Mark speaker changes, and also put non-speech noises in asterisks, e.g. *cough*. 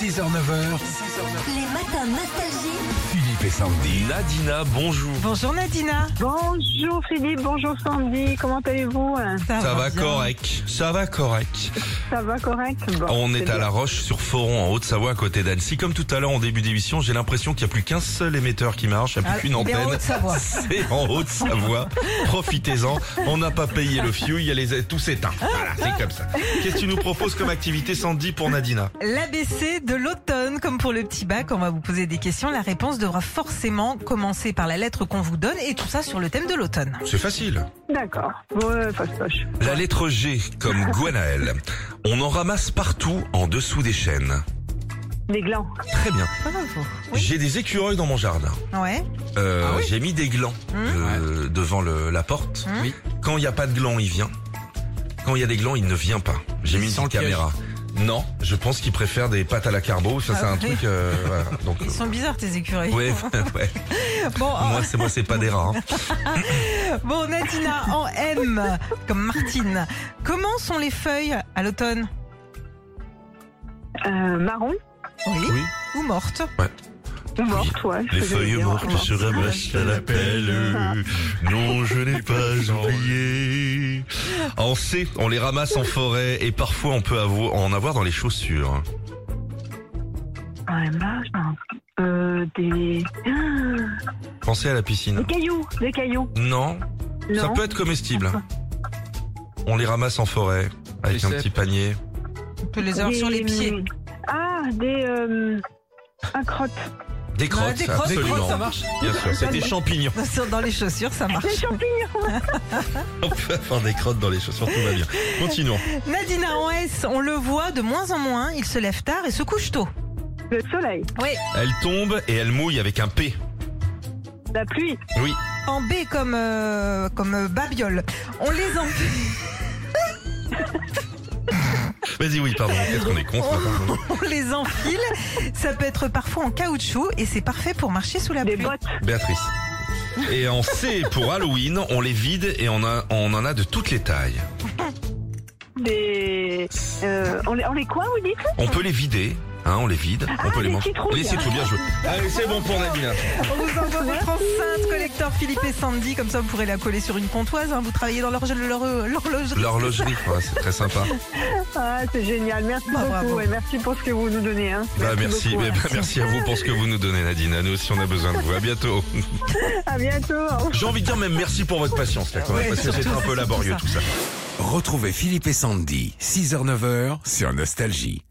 Speaker 1: 6h, 9h,
Speaker 2: Les matins nostalgiques.
Speaker 1: Philippe et Sandy.
Speaker 3: Nadina, bonjour.
Speaker 4: Bonjour Nadina.
Speaker 5: Bonjour Philippe, bonjour Sandy, comment allez-vous
Speaker 3: Ça va
Speaker 4: bien.
Speaker 3: correct, ça va correct.
Speaker 5: Ça va correct Bon,
Speaker 3: On est
Speaker 5: c'est
Speaker 3: à La Roche sur Foron en Haute-Savoie à côté d'Annecy. Comme tout à l'heure en début d'émission, j'ai l'impression qu'il n'y a plus qu'un seul émetteur qui marche, il n'y a plus
Speaker 4: Ah,
Speaker 3: qu'une
Speaker 4: il est en
Speaker 3: antenne. *laughs*
Speaker 4: Haute-Savoie.
Speaker 3: C'est en Haute-Savoie. Profitez-en. On n'a pas payé le fioul, il y a les tout s'éteint. Voilà, c'est comme ça. Qu'est-ce que tu nous proposes comme activité Sandy pour Nadina
Speaker 4: L'ABC de l'automne, comme pour le petit bac, on va vous poser des questions. La réponse devra forcément commencer par la lettre qu'on vous donne et tout ça sur le thème de l'automne.
Speaker 3: C'est facile.
Speaker 5: bien. D'accord. Ouais, poche poche.
Speaker 3: La lettre G comme Gwenaël. On en ramasse partout en dessous des chaînes.
Speaker 5: Des glands.
Speaker 3: Très bien.
Speaker 4: Bravo. Oui.
Speaker 3: J'ai des écureuils dans mon jardin.
Speaker 4: Ouais.
Speaker 3: Euh,
Speaker 1: Ah oui
Speaker 3: J'ai mis des glands euh, devant le- la porte.
Speaker 4: Mmh.
Speaker 1: Oui.
Speaker 3: Quand il n'y a pas de glands, il vient. Quand il y a des glands, il ne vient pas. J'ai
Speaker 1: Il
Speaker 3: mis une
Speaker 1: sent
Speaker 3: petite
Speaker 1: le piège.
Speaker 3: caméra. Non, je pense qu'il préfère des pâtes à la carbo. Ça,
Speaker 4: Ah
Speaker 3: c'est un
Speaker 4: oui.
Speaker 3: truc. euh, voilà. Donc,
Speaker 4: Ils
Speaker 3: euh,
Speaker 4: sont bizarres tes écuries.
Speaker 3: *laughs* ouais, ouais.
Speaker 4: *laughs* Bon, en-
Speaker 3: Moi, c'est moi, c'est pas des rats. hein.
Speaker 4: bon, Nadina en M comme Martine. Comment sont les feuilles à l'automne
Speaker 5: Euh, marron
Speaker 4: Oui.
Speaker 3: Oui.
Speaker 4: Ou mortes
Speaker 5: ou mortes, ouais.
Speaker 3: Les
Speaker 5: je vais
Speaker 3: feuilles
Speaker 5: dire,
Speaker 3: mortes se ramassent à la pelle. *laughs* Non, je n'ai pas oublié. En C, on les ramasse en forêt et parfois on peut avo- en avoir dans les chaussures. hein.
Speaker 5: Ouais, marche, hein. Euh, des... Ah,
Speaker 3: Pensez à la piscine.
Speaker 5: *laughs* des cailloux, des cailloux.
Speaker 3: Non,
Speaker 5: Non.
Speaker 3: ça peut être comestible. On les ramasse en forêt avec
Speaker 1: Les
Speaker 3: un
Speaker 1: cèpes.
Speaker 3: petit panier.
Speaker 4: On peut les avoir
Speaker 5: Des-
Speaker 4: sur les pieds.
Speaker 5: Ah, des... Euh... Un crotte.
Speaker 3: Des crottes,
Speaker 4: Ouais, Bah, des crottes,
Speaker 3: absolument.
Speaker 4: des crottes, ça marche.
Speaker 3: Bien sûr, c'est des champignons.
Speaker 4: Dans les chaussures, ça
Speaker 5: Des *laughs*
Speaker 4: marche.
Speaker 5: champignons
Speaker 3: On peut avoir des crottes dans les chaussures, tout va bien. Continuons.
Speaker 4: Nadina en S, on le voit de moins en moins, il se lève tard et se couche tôt.
Speaker 5: Le soleil,
Speaker 4: Oui.
Speaker 3: Elle tombe et elle mouille avec un P.
Speaker 5: la pluie,
Speaker 3: Oui,
Speaker 4: En B comme euh, comme euh, babiole. On les en- *laughs*
Speaker 3: vas-y, oui, pardon. Qu'est-ce qu'on est con ce matin.
Speaker 4: on les enfile. Ça peut être parfois en caoutchouc et c'est parfait pour marcher sous la
Speaker 5: des
Speaker 4: pluie.
Speaker 5: bottes,
Speaker 3: Béatrice. Et en C pour Halloween, on les vide et on, a, on en a de toutes les tailles.
Speaker 5: des... Euh, on, les, on les quoi, vous dites
Speaker 3: On peut les vider, hein, on les vide, on
Speaker 5: Ah,
Speaker 3: peut les
Speaker 5: les
Speaker 3: manger.
Speaker 5: citrouilles.
Speaker 3: Les citrouilles, bien joué. Allez, c'est bon pour Nadina.
Speaker 4: On vous envoie votre enceinte collector Philippe et Sandy, comme ça vous pourrez la coller sur une comptoise. hein. Vous travaillez dans l'horloge- l'horlo- l'horlogerie.
Speaker 3: L'horlogerie, ouais, c'est très sympa.
Speaker 5: Ah, c'est génial, merci
Speaker 4: Bah,
Speaker 5: beaucoup.
Speaker 4: bravo.
Speaker 5: ouais, merci pour ce que vous nous donnez. Hein.
Speaker 3: Bah, merci,
Speaker 5: beaucoup,
Speaker 3: mais
Speaker 5: ouais.
Speaker 3: bah, merci à vous pour ce que vous nous donnez, Nadine. Nous aussi, on a besoin de vous. À bientôt.
Speaker 5: À bientôt. au revoir.
Speaker 3: J'ai envie de dire même merci pour votre patience, là, quand même,
Speaker 4: Ouais,
Speaker 3: parce que
Speaker 4: surtout,
Speaker 3: c'était un
Speaker 4: c'est
Speaker 3: peu
Speaker 4: surtout
Speaker 3: laborieux
Speaker 4: ça.
Speaker 3: tout ça.
Speaker 1: Retrouvez Philippe et Sandy, 6h, 9h sur Nostalgie.